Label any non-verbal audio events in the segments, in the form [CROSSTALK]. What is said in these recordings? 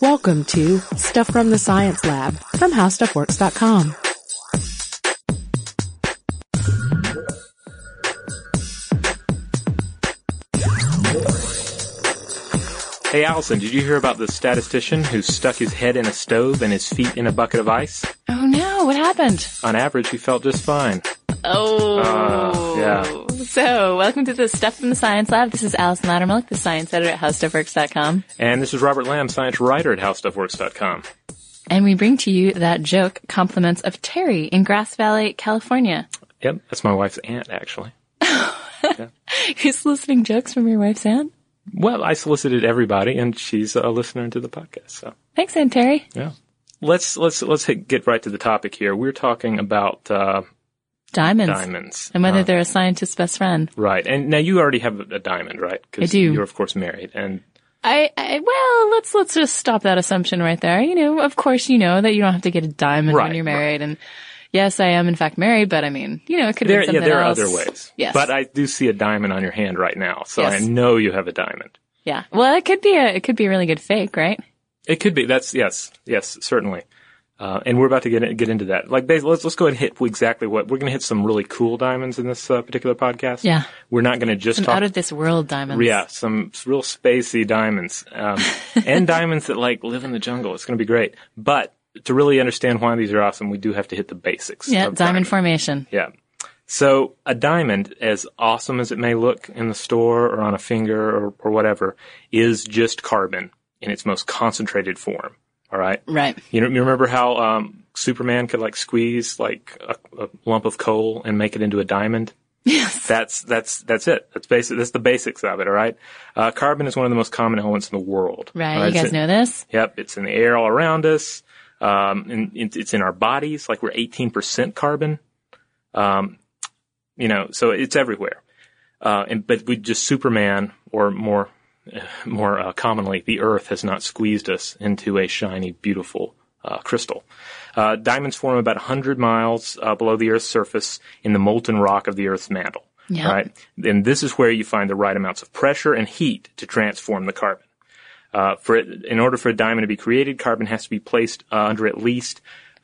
Welcome to Stuff from the Science Lab from HowStuffWorks.com. Hey Allison, did you hear about the statistician who stuck his head in a stove and his feet in a bucket of ice? Oh no, what happened? On average, he felt just fine. Oh. Uh, yeah. So, welcome to the Stuff from the Science Lab. This is Allison Loudermilk, the science editor at HowStuffWorks.com. And this is Robert Lamb, science writer at HowStuffWorks.com. And we bring to you that joke, Compliments of Terry in Grass Valley, California. Yep, that's my wife's aunt, actually. [LAUGHS] Who's soliciting jokes from your wife's aunt? Well, I solicited everybody, and she's a listener to the podcast. So Thanks, Aunt Terry. yeah, let's let's let's hit- get right to the topic here. We're talking about uh, Diamonds. diamonds, And whether Uh, they're a scientist's best friend. right. And now you already have a diamond, right? 'Cause I do. You're of course married, and I, I well, let's let's just stop that assumption right there. You know, of course, you know that you don't have to get a diamond Right, when you're married, and yes, I am in fact married, but I mean, you know, it could have there been yeah, something there are else. other ways. Yes, but I do see a diamond on your hand right now, so Yes. I know you have a diamond. yeah, well, it could be a it could be a really good fake, right? It could be. That's yes, yes, certainly. Uh, and we're about to get in, get into that. Like, bas- let's let's go ahead and hit exactly what we're going to hit. Some really cool diamonds in this uh, particular podcast. Yeah. we're not going to just Some talk. out of this world diamonds. yeah, some s- real spacey diamonds, [LAUGHS] um, and diamonds that like live in the jungle. It's going to be great. But to really understand why these are awesome, we do have to hit the basics. yeah, of diamond, formation. yeah. So a diamond, as awesome as it may look in the store or on a finger or, or whatever, is just carbon in its most concentrated form. All right. Right. You, know, you remember how um, Superman could like squeeze like a, a lump of coal and make it into a diamond? Yes. That's that's that's it. That's basic. That's the basics of it. All right. Uh, carbon is one of the most common elements in the world. Right. All right? You guys It's in- know this? Yep, it's in the air all around us. Um, and it- it's in our bodies. Like we're 18% carbon. Um, you know, so it's everywhere. Uh, and but we just Superman, or more, [SIGHS] more uh, commonly, the Earth has not squeezed us into a shiny, beautiful uh, crystal. Uh, diamonds form about 100 miles uh, below the Earth's surface in the molten rock of the Earth's mantle. Yeah. Right, and this is where you find the right amounts of pressure and heat to transform the carbon. Uh, for it, in order for a diamond to be created, carbon has to be placed uh, under at least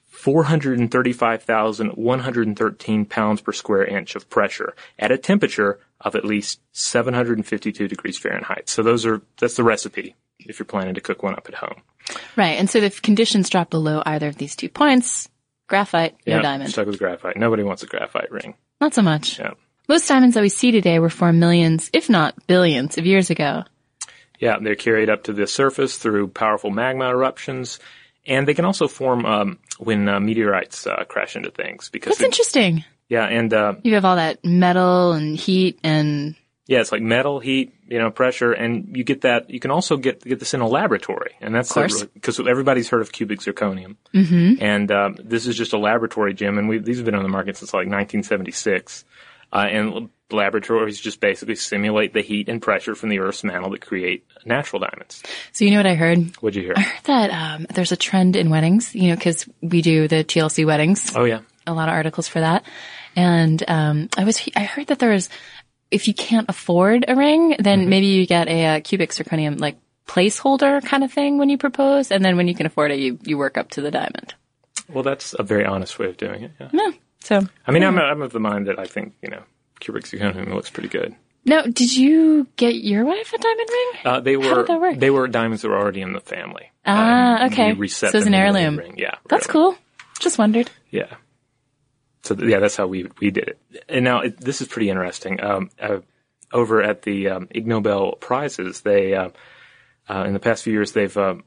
435,113 pounds per square inch of pressure at a temperature of at least 752 degrees Fahrenheit. So those are that's the recipe if you're planning to cook one up at home. Right. And so if conditions drop below either of these two points, graphite, no Yeah, diamond. Stuck with graphite. Nobody wants a graphite ring. Not so much. Yeah. Most diamonds that we see today were formed millions, if not billions, of years ago. Yeah, they're carried up to the surface through powerful magma eruptions, and they can also form um, when uh, meteorites uh, crash into things because That's they- interesting. yeah, and uh, You have all that metal and heat and Yeah, it's like metal, heat, you know, pressure, and you get that. You can also get get this in a laboratory, and that's course. because everybody's heard of cubic zirconium, and um, this is just a laboratory gem, and we these have been on the market since like 1976, uh, and l- laboratories just basically simulate the heat and pressure from the Earth's mantle that create natural diamonds. so you know what I heard? What'd you hear? heard that um, there's a trend in weddings, you know, because we do the TLC weddings, oh yeah, a lot of articles for that. And um, I was I heard that there is if you can't afford a ring, then maybe you get a, uh cubic zirconium like placeholder kind of thing when you propose, and then when you can afford it, you you work up to the diamond. well that's a very honest way of doing it. Yeah. So I mean, I'm I'm of the mind that I think you know cubic zirconium looks pretty good. now, did you get your wife a diamond ring? Uh, they were did that work? they were diamonds that were already in the family. Ah, and okay. we reset So it's them an in the heirloom. ring. Yeah, That's really. cool. Just wondered. Yeah. So th- yeah, that's how we we did it. And now it, this is pretty interesting. Um, uh, over at the um, Ig Nobel prizes, they uh, uh, in the past few years they've um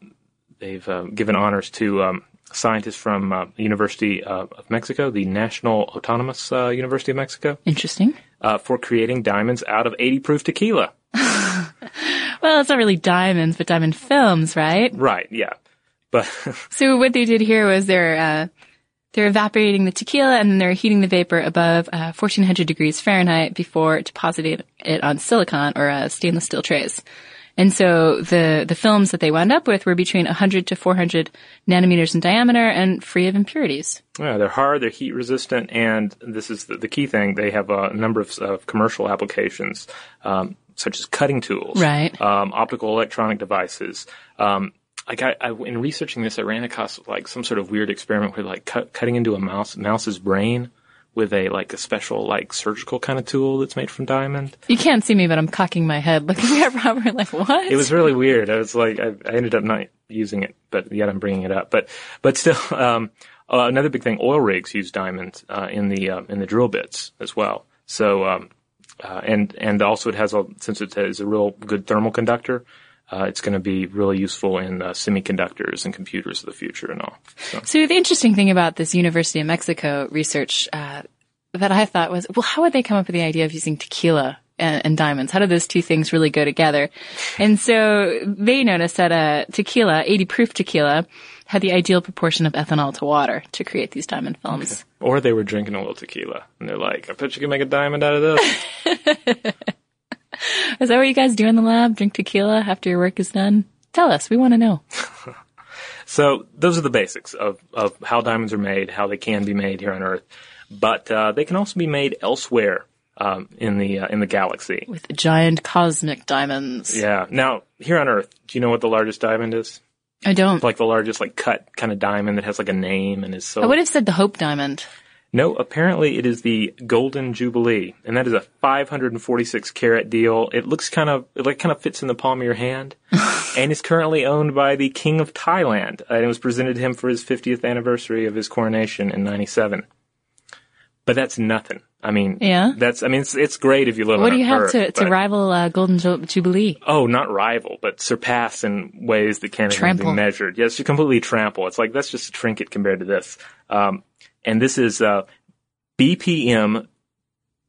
they've uh, given honors to um, scientists from uh, the University uh, of Mexico, the National Autonomous uh, University of Mexico, Interesting. uh, for creating diamonds out of 80 proof tequila. Well, it's not really diamonds, but diamond films, right? Right? Yeah. But [LAUGHS] So what they did here was they're uh, they're evaporating the tequila and then they're heating the vapor above uh, 1400 degrees Fahrenheit before depositing it on silicon or uh, stainless steel trays. And so the the films that they wound up with were between 100 to 400 nanometers in diameter and free of impurities. Yeah, they're hard, they're heat resistant, and this is the, the key thing. They have a number of, of commercial applications, um, such as cutting tools, Right. Um, optical electronic devices, um, like I, I in researching this, I ran across like some sort of weird experiment where like cut, cutting into a mouse mouse's brain with a like a special like surgical kind of tool that's made from diamond. You can't see me, but I'm cocking my head looking [LAUGHS] at Robert like, what? It was really weird. I was like, I, I ended up not using it, but yet I'm bringing it up. But but still, [LAUGHS] um, uh, another big thing: oil rigs use diamonds uh, in the um, in the drill bits as well. So um, uh, and and also it has a since it is a real good thermal conductor. Uh, it's going to be really useful in uh, semiconductors and computers of the future and all. So, So the interesting thing about this University of Mexico research uh, that I thought was, well, how would they come up with the idea of using tequila and, and diamonds? How do those two things really go together? And so they noticed that uh, tequila, 80 proof tequila, had the ideal proportion of ethanol to water to create these diamond films. or they were drinking a little tequila and they're like, "I bet you can make a diamond out of this." Is that what you guys do in the lab? Drink tequila after your work is done? Tell us. We want to know. so those are the basics of of how diamonds are made, how they can be made here on Earth, but uh, they can also be made elsewhere um, in the uh, in the galaxy. With giant cosmic diamonds. Yeah. Now here on Earth, do you know what the largest diamond is? I don't. Like the largest like cut kind of diamond that has like a name and is so. I would have said the Hope Diamond. No, apparently it is the Golden Jubilee, and that is a 546 carat deal. It looks kind of, it like kind of fits in the palm of your [LAUGHS] hand, and is currently owned by the King of Thailand, and it was presented to him for his 50th anniversary of his coronation in '97. But that's nothing. I mean, Yeah. that's. I mean, it's, it's great if you live. on What do you have Earth, to, to but- rival uh, Golden Ju- Jubilee? Oh, not rival, but surpass in ways that can't even be Trample. measured. Yes, you completely trample. It's like that's just a trinket compared to this. Um, and this is uh, BPM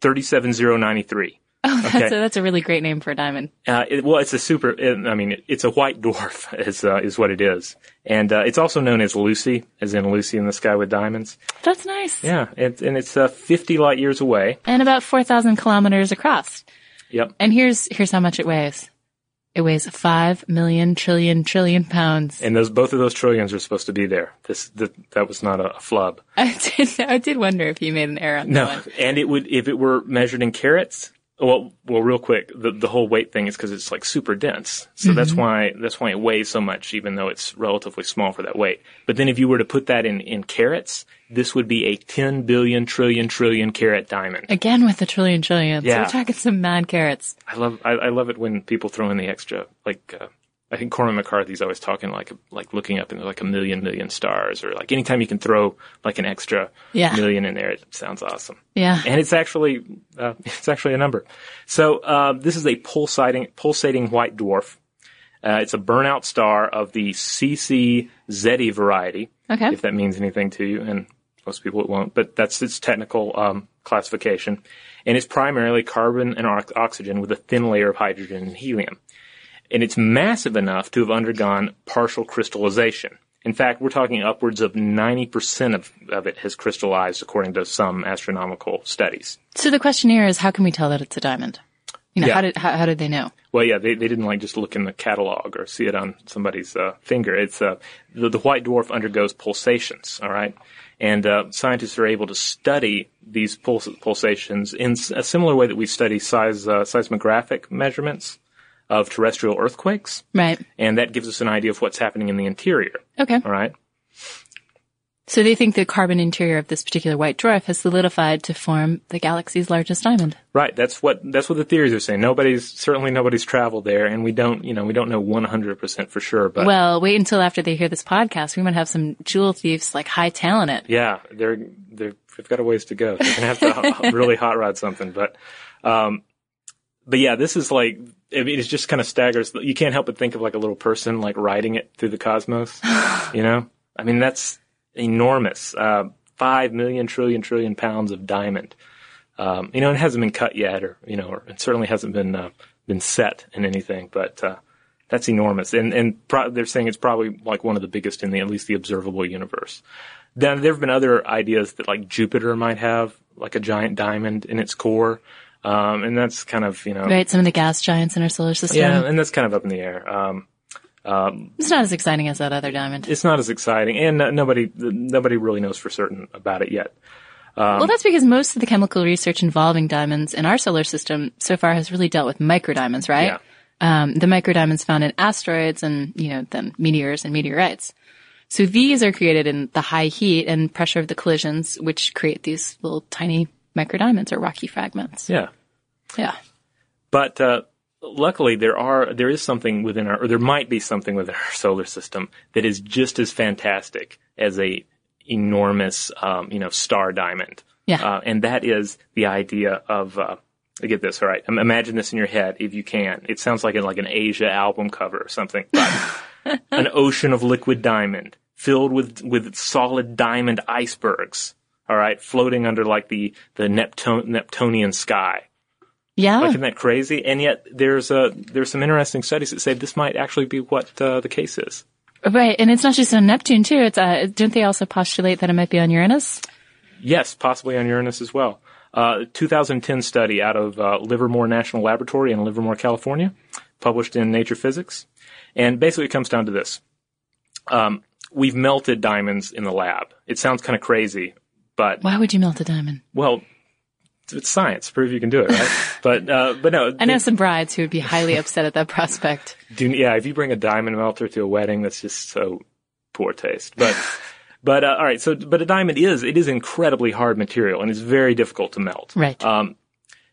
thirty seven zero ninety three. Oh, that's, Okay. a, that's a really great name for a diamond. Uh, it, well, it's a super. It, I mean, it's a white [LAUGHS] dwarf is uh, is what it is, and uh, it's also known as Lucy, as in Lucy in the Sky with Diamonds. That's nice. Yeah, it, and it's uh, fifty light years away. And about 4,000 kilometers across. Yep. And here's, here's how much it weighs. It weighs 5 million trillion trillion pounds. And those both of those trillions are supposed to be there. This that that was not a flub. [LAUGHS] I did, I did wonder if you made an error on that No, one. and it would if it were measured in carats. Well, well, real quick, the the whole weight thing is because it's like super dense, so that's why that's why it weighs so much, even though it's relatively small for that weight. But then if you were to put that in in carats, this would be a ten billion trillion trillion carat diamond. Again with the trillion trillion. So Yeah. we're talking some mad carrots. I love I, I love it when people throw in the extra like. Uh, I think Cormac McCarthy's always talking like like looking up into like a million million stars or like anytime you can throw like an extra Yeah. million in there, it sounds awesome. Yeah. and it's actually uh, [LAUGHS] it's actually a number. So uh, this is a pulsating pulsating white dwarf. Uh, it's a burnout star of the CCZE variety, Okay. if that means anything to you, and most people it won't. But that's its technical um, classification, and it's primarily carbon and ox- oxygen with a thin layer of hydrogen and helium. And it's massive enough to have undergone partial crystallization. In fact, we're talking upwards of 90% of, of it has crystallized according to some astronomical studies. So the question here is, how can we tell that it's a diamond? You know, Yeah. how did how, how did they know? Well, yeah, they, they didn't like just look in the catalog or see it on somebody's uh, finger. It's uh, the, the white dwarf undergoes pulsations. All right, and uh, scientists are able to study these puls- pulsations in s- a similar way that we study size uh, seismographic measurements of terrestrial earthquakes, Right. and that gives us an idea of what's happening in the interior. Okay. All right. So they think the carbon interior of this particular white dwarf has solidified to form the galaxy's largest diamond. Right, that's what that's what the theories are saying. Nobody's certainly nobody's traveled there, and we don't, you know, we don't know one hundred percent for sure. But well, wait until after they hear this podcast. We might have some jewel thieves like high talent it. [LAUGHS] Yeah, they're, they're they've got a ways to go. They're gonna have to [LAUGHS] ho- really hot rod something, but um, but yeah, this is like I mean, it's just kind of staggers. You can't help but think of like a little person like riding it through the cosmos. You know, I mean that's enormous. Uh, Five million trillion trillion pounds of diamond. Um, you know, it hasn't been cut yet, or you know, or it certainly hasn't been uh, been set in anything, but. Uh, that's enormous, and and pro- they're saying it's probably like one of the biggest in the at least the observable universe. Then there have been other ideas that like Jupiter might have like a giant diamond in its core, um, and that's kind of you know Right? Some of the gas giants in our solar system. yeah, and that's kind of up in the air. Um, It's not as exciting as that other diamond. it's not as exciting, and uh, nobody nobody really knows for certain about it yet. well, that's because most of the chemical research involving diamonds in our solar system so far has really dealt with microdiamonds, right? Yeah. um, the microdiamonds found in asteroids and, you know, then meteors and meteorites. So these are created in the high heat and pressure of the collisions, which create these little tiny microdiamonds or rocky fragments. Yeah. Yeah. But uh, luckily, there are there is something within our, or there might be something within our [LAUGHS] solar system that is just as fantastic as a enormous, um, you know, star diamond. Yeah. Uh, and that is the idea of. Uh, get this, all right. Im- Imagine this in your head, if you can. It sounds like in like an Asia album cover or something. But an ocean of liquid diamond filled with with solid diamond icebergs. All right, floating under like the the Neptune, Neptunian sky. Yeah. Like, isn't that crazy? And yet, there's a there's some interesting studies that say this might actually be what uh, the case is. right. And it's not just on Neptune too. It's, uh, don't they also postulate that it might be on Uranus? Yes, possibly on Uranus as well. Uh, 2010 study out of uh, Livermore National Laboratory in Livermore, California, published in Nature Physics, and basically it comes down to this: um, we've melted diamonds in the lab. It sounds kind of crazy, but Why would you melt a diamond? well, it's- it's science. Prove you can do it, [LAUGHS] right? but uh, but no, I know some brides who would be [LAUGHS] highly upset at that prospect. Do, yeah, if you bring a diamond melter to a wedding, that's just so poor taste. But, but uh, all right. So, but a diamond is it is incredibly hard material and it's very difficult to melt. Right. Um,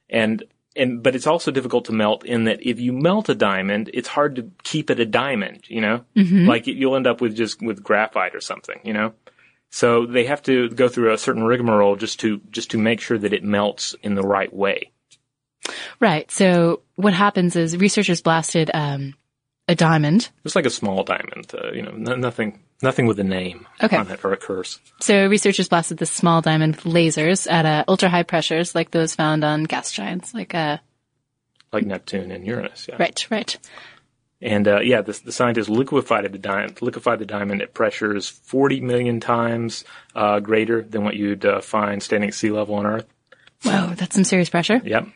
and and but it's also difficult to melt in that if you melt a diamond, it's hard to keep it a diamond. You know, like you'll end up with just with graphite or something. You know. So they have to go through a certain rigmarole just to just to make sure that it melts in the right way. Right. So what happens is researchers blasted um, a diamond. Just like a small diamond, uh, you know, n- nothing nothing with a name Okay. on it or a curse. So researchers blasted this small diamond with lasers at uh, ultra high pressures, like those found on gas giants. Like, uh, like Neptune and Uranus. Yeah. right, right. And uh, yeah, the, the scientists liquefied the diamond, liquefied the diamond at pressures 40 million times uh, greater than what you'd uh, find standing at sea level on Earth. Whoa, that's some serious pressure. Yep.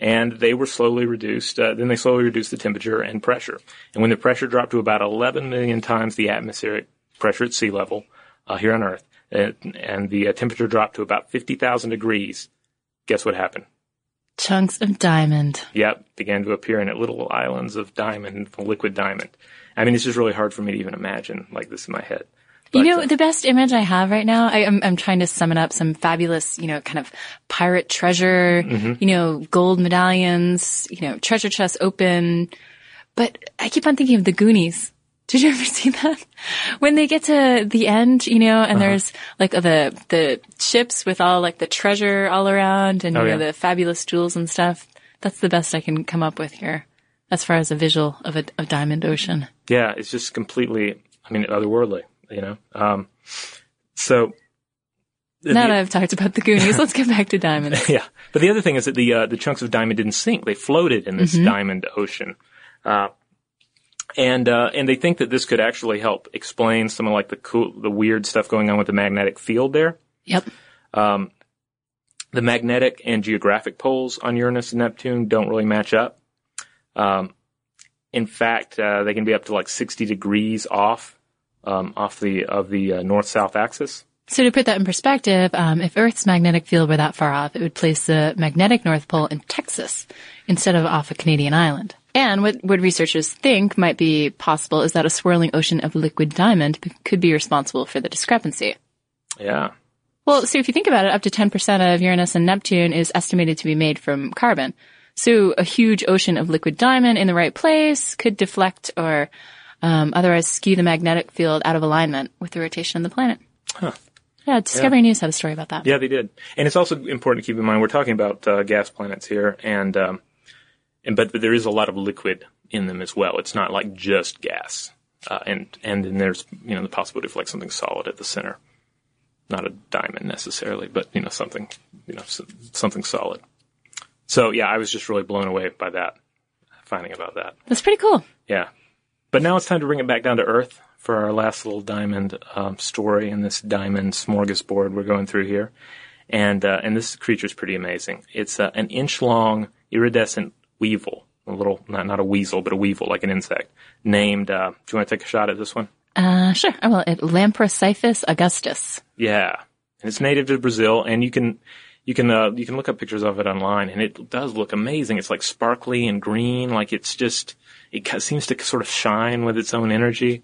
And they were slowly reduced. Uh, then they slowly reduced the temperature and pressure. And when the pressure dropped to about 11 million times the atmospheric pressure at sea level uh, here on Earth, and, and the uh, temperature dropped to about 50,000 degrees, guess what happened? Chunks of diamond. Yep, began to appear in it, little islands of diamond, liquid diamond. I mean, it's just really hard for me to even imagine like this in my head. You But, know, uh, the best image I have right now, I, I'm, I'm trying to summon up some fabulous, you know, kind of pirate treasure, Mm-hmm. you know, gold medallions, you know, treasure chests open. But I keep on thinking of the Goonies. [LAUGHS] Did you ever see that? When they get to the end, you know, and Uh-huh. there's like the, the ships with all like the treasure all around and, Oh, you know, yeah. the fabulous jewels and stuff. That's the best I can come up with here as far as a visual of a of diamond ocean. yeah, it's just completely, I mean, otherworldly, you know? Um, so. Now the- that I've talked about the Goonies, [LAUGHS] let's get back to diamonds. [LAUGHS] Yeah, but the other thing is that the uh, the chunks of diamond didn't sink; they floated in Mm-hmm. this diamond ocean, uh, and uh, and they think that this could actually help explain some of like the cool, the weird stuff going on with the magnetic field there. Yep. Um, the magnetic and geographic poles on Uranus and Neptune don't really match up. Um, in fact, uh, they can be up to like 60 degrees off um, off the of the uh, north-south axis. So to put that in perspective, um, if Earth's magnetic field were that far off, it would place the magnetic North Pole in Texas instead of off a Canadian island. And what, what researchers think might be possible is that a swirling ocean of liquid diamond p- could be responsible for the discrepancy. Yeah, Well, so if you think about it, up to 10% of Uranus and Neptune is estimated to be made from carbon. So a huge ocean of liquid diamond in the right place could deflect or um, otherwise skew the magnetic field out of alignment with the rotation of the planet. Yeah, Discovery News had a story about that. Yeah, they did, and it's also important to keep in mind we're talking about uh, gas planets here, and um, and but, but there is a lot of liquid in them as well. It's not like just gas, uh, and and then there's you know the possibility of like something solid at the center, not a diamond necessarily, but you know something you know s- something solid. So yeah, I was just really blown away by that finding about that. That's pretty cool. Yeah. But now it's time to bring it back down to earth for our last little diamond um, story in this diamond smorgasbord we're going through here. And uh, and this creature's pretty amazing. It's uh, an inch long iridescent weevil, a little not not a weasel, but a weevil like an insect. Named. Uh, do you want to take a shot at this one? Uh, sure. I will. At Lamprocyphus augustus. Yeah, and it's native to Brazil, and you can You can uh, you can look up pictures of it online, and it does look amazing. It's like sparkly and green, like it's just it ca- seems to sort of shine with its own energy.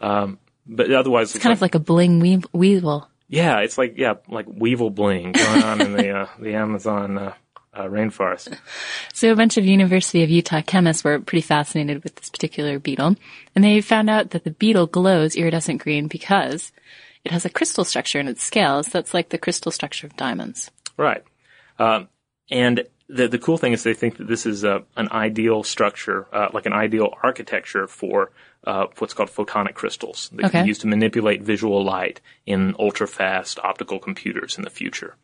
Um, but otherwise, It's kind of like a bling wee- weevil. yeah, it's like yeah, like weevil bling going on in the uh, the Amazon uh, uh, rainforest. So a bunch of University of Utah chemists were pretty fascinated with this particular beetle, and they found out that the beetle glows iridescent green because it has a crystal structure in its scales that's like the crystal structure of diamonds. Right. Um, and the the cool thing is they think that this is a, an ideal structure, uh, like an ideal architecture for uh, what's called photonic crystals that can Okay. be used to manipulate visual light in ultra fast optical computers in the future.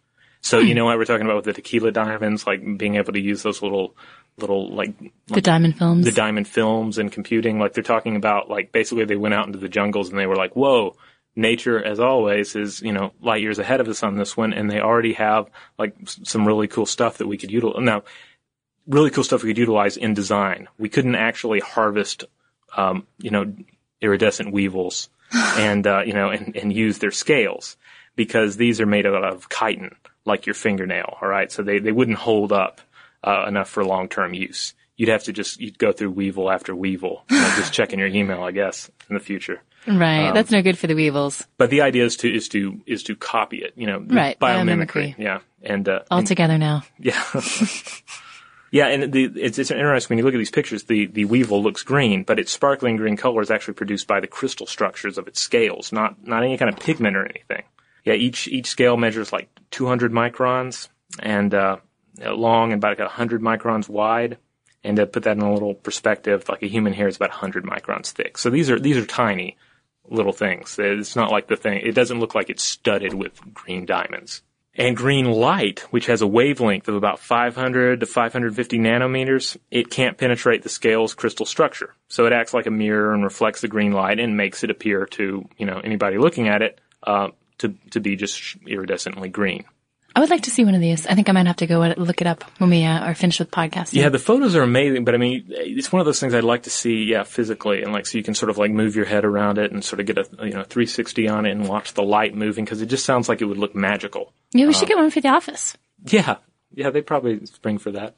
So you know what we're talking about with the tequila diamonds, like being able to use those little little like The diamond films. the diamond films and computing. Like they're talking about like basically they went out into the jungles and they were like, whoa, nature as always is, you know, light years ahead of us on this one. And they already have like s- some really cool stuff that we could utilize. Now, really cool stuff we could utilize in design. We couldn't actually harvest, um, you know, iridescent [LAUGHS] weevils and, uh, you know, and, and use their scales because these are made out of chitin, like your fingernail. All right. So they, they wouldn't hold up, uh, enough for long term use. You'd have to just, you'd go through weevil after weevil, you know, just checking your email, I guess, in the future. right. um, that's no good for the weevils But the idea is to, is to, is to copy it, you know, Right, biomimicry. biomimicry. Yeah. And, uh, and- altogether now. yeah. yeah, and the, it's, it's interesting when you look at these pictures, the, the weevil looks green, but its sparkling green color is actually produced by the crystal structures of its scales, not, not any kind of pigment or anything. Yeah, each, each scale measures like 200 microns and, uh, long and about like 100 microns wide. And to put that in a little perspective, like a human hair is about 100 microns thick. So these are, these are tiny little things. It's not like the thing, it doesn't look like it's studded with green diamonds. And green light, which has a wavelength of about 500 to 550 nanometers, it can't penetrate the scale's crystal structure. So it acts like a mirror and reflects the green light and makes it appear to, you know, anybody looking at it, uh, to, to be just iridescently green. I would like to see one of these. I think I might have to go and look it up when we uh, are finished with podcasting. Yeah, the photos are amazing, but I mean, it's one of those things I'd like to see, yeah, physically, and like so you can sort of like move your head around it and sort of get a you know 360 on it and watch the light moving because it just sounds like it would look magical. Maybe we should uh, get one for the office. Yeah, yeah, they probably spring for that.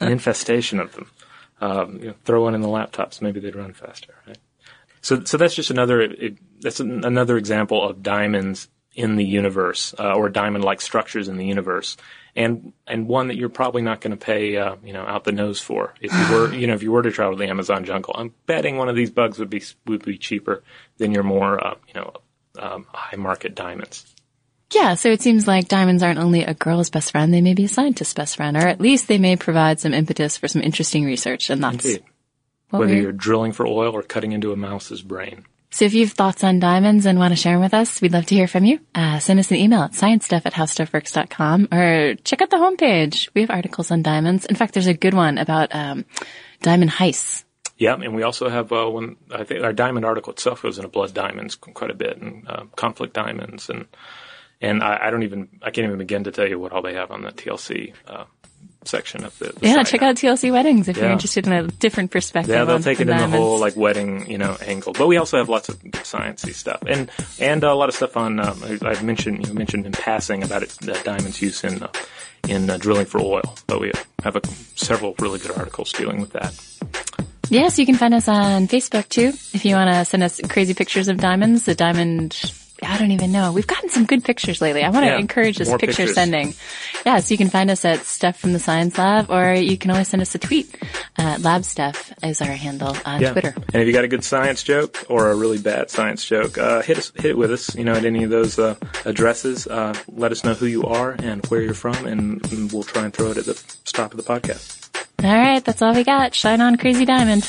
An infestation of them. Um, you know, throw one in the laptops, maybe they'd run faster. Right? So, so that's just another it- that's an, another example of diamonds in the universe, uh, or diamond-like structures in the universe, and and one that you're probably not going to pay uh, you know out the nose for if you were you know if you were to travel the Amazon jungle. I'm betting one of these bugs would be would be cheaper than your more uh, you know um, high market diamonds. Yeah, so it seems like diamonds aren't only a girl's best friend, they may be a scientist's best friend, or at least they may provide some impetus for some interesting research. And that's Indeed. what whether we- you're drilling for oil or cutting into a mouse's brain. So if you have thoughts on diamonds and want to share them with us, we'd love to hear from you. Uh, send us an email at sciencestuff at howstuffworks.com or check out the homepage. We have articles on diamonds. In fact, there's a good one about um, diamond heists. Yeah, and we also have uh, one. I think our diamond article itself goes into blood diamonds qu- quite a bit, and uh, conflict diamonds, and and I, I don't even I can't even begin to tell you what all they have on the TLC uh, section of the. the Yeah, site check now. out TLC Weddings if you're Yeah. interested in a different perspective. Yeah, they'll on- take it in on the diamonds. whole like wedding, you know, angle. But we also have lots of sciencey stuff, and and a lot of stuff on. Um, I- I've mentioned you mentioned in passing about its uh, diamonds use in uh, in uh, drilling for oil, but we have a, several really good articles dealing with that. Yes, you can find us on Facebook too. If you want to send us crazy pictures of diamonds, the diamond. I don't even know. We've gotten some good pictures lately. I want to Yeah, encourage this more picture pictures. sending. Yeah, so you can find us at Stuff from the Science Lab, or you can always send us a tweet. Uh, Lab Stuff is our handle on Twitter. And if you got a good science joke or a really bad science joke, uh, hit us, hit it with us. You know, at any of those uh, addresses, uh, let us know who you are and where you're from, and, and we'll try and throw it at the top of the podcast. All right, that's all we got. Shine on, Crazy Diamond.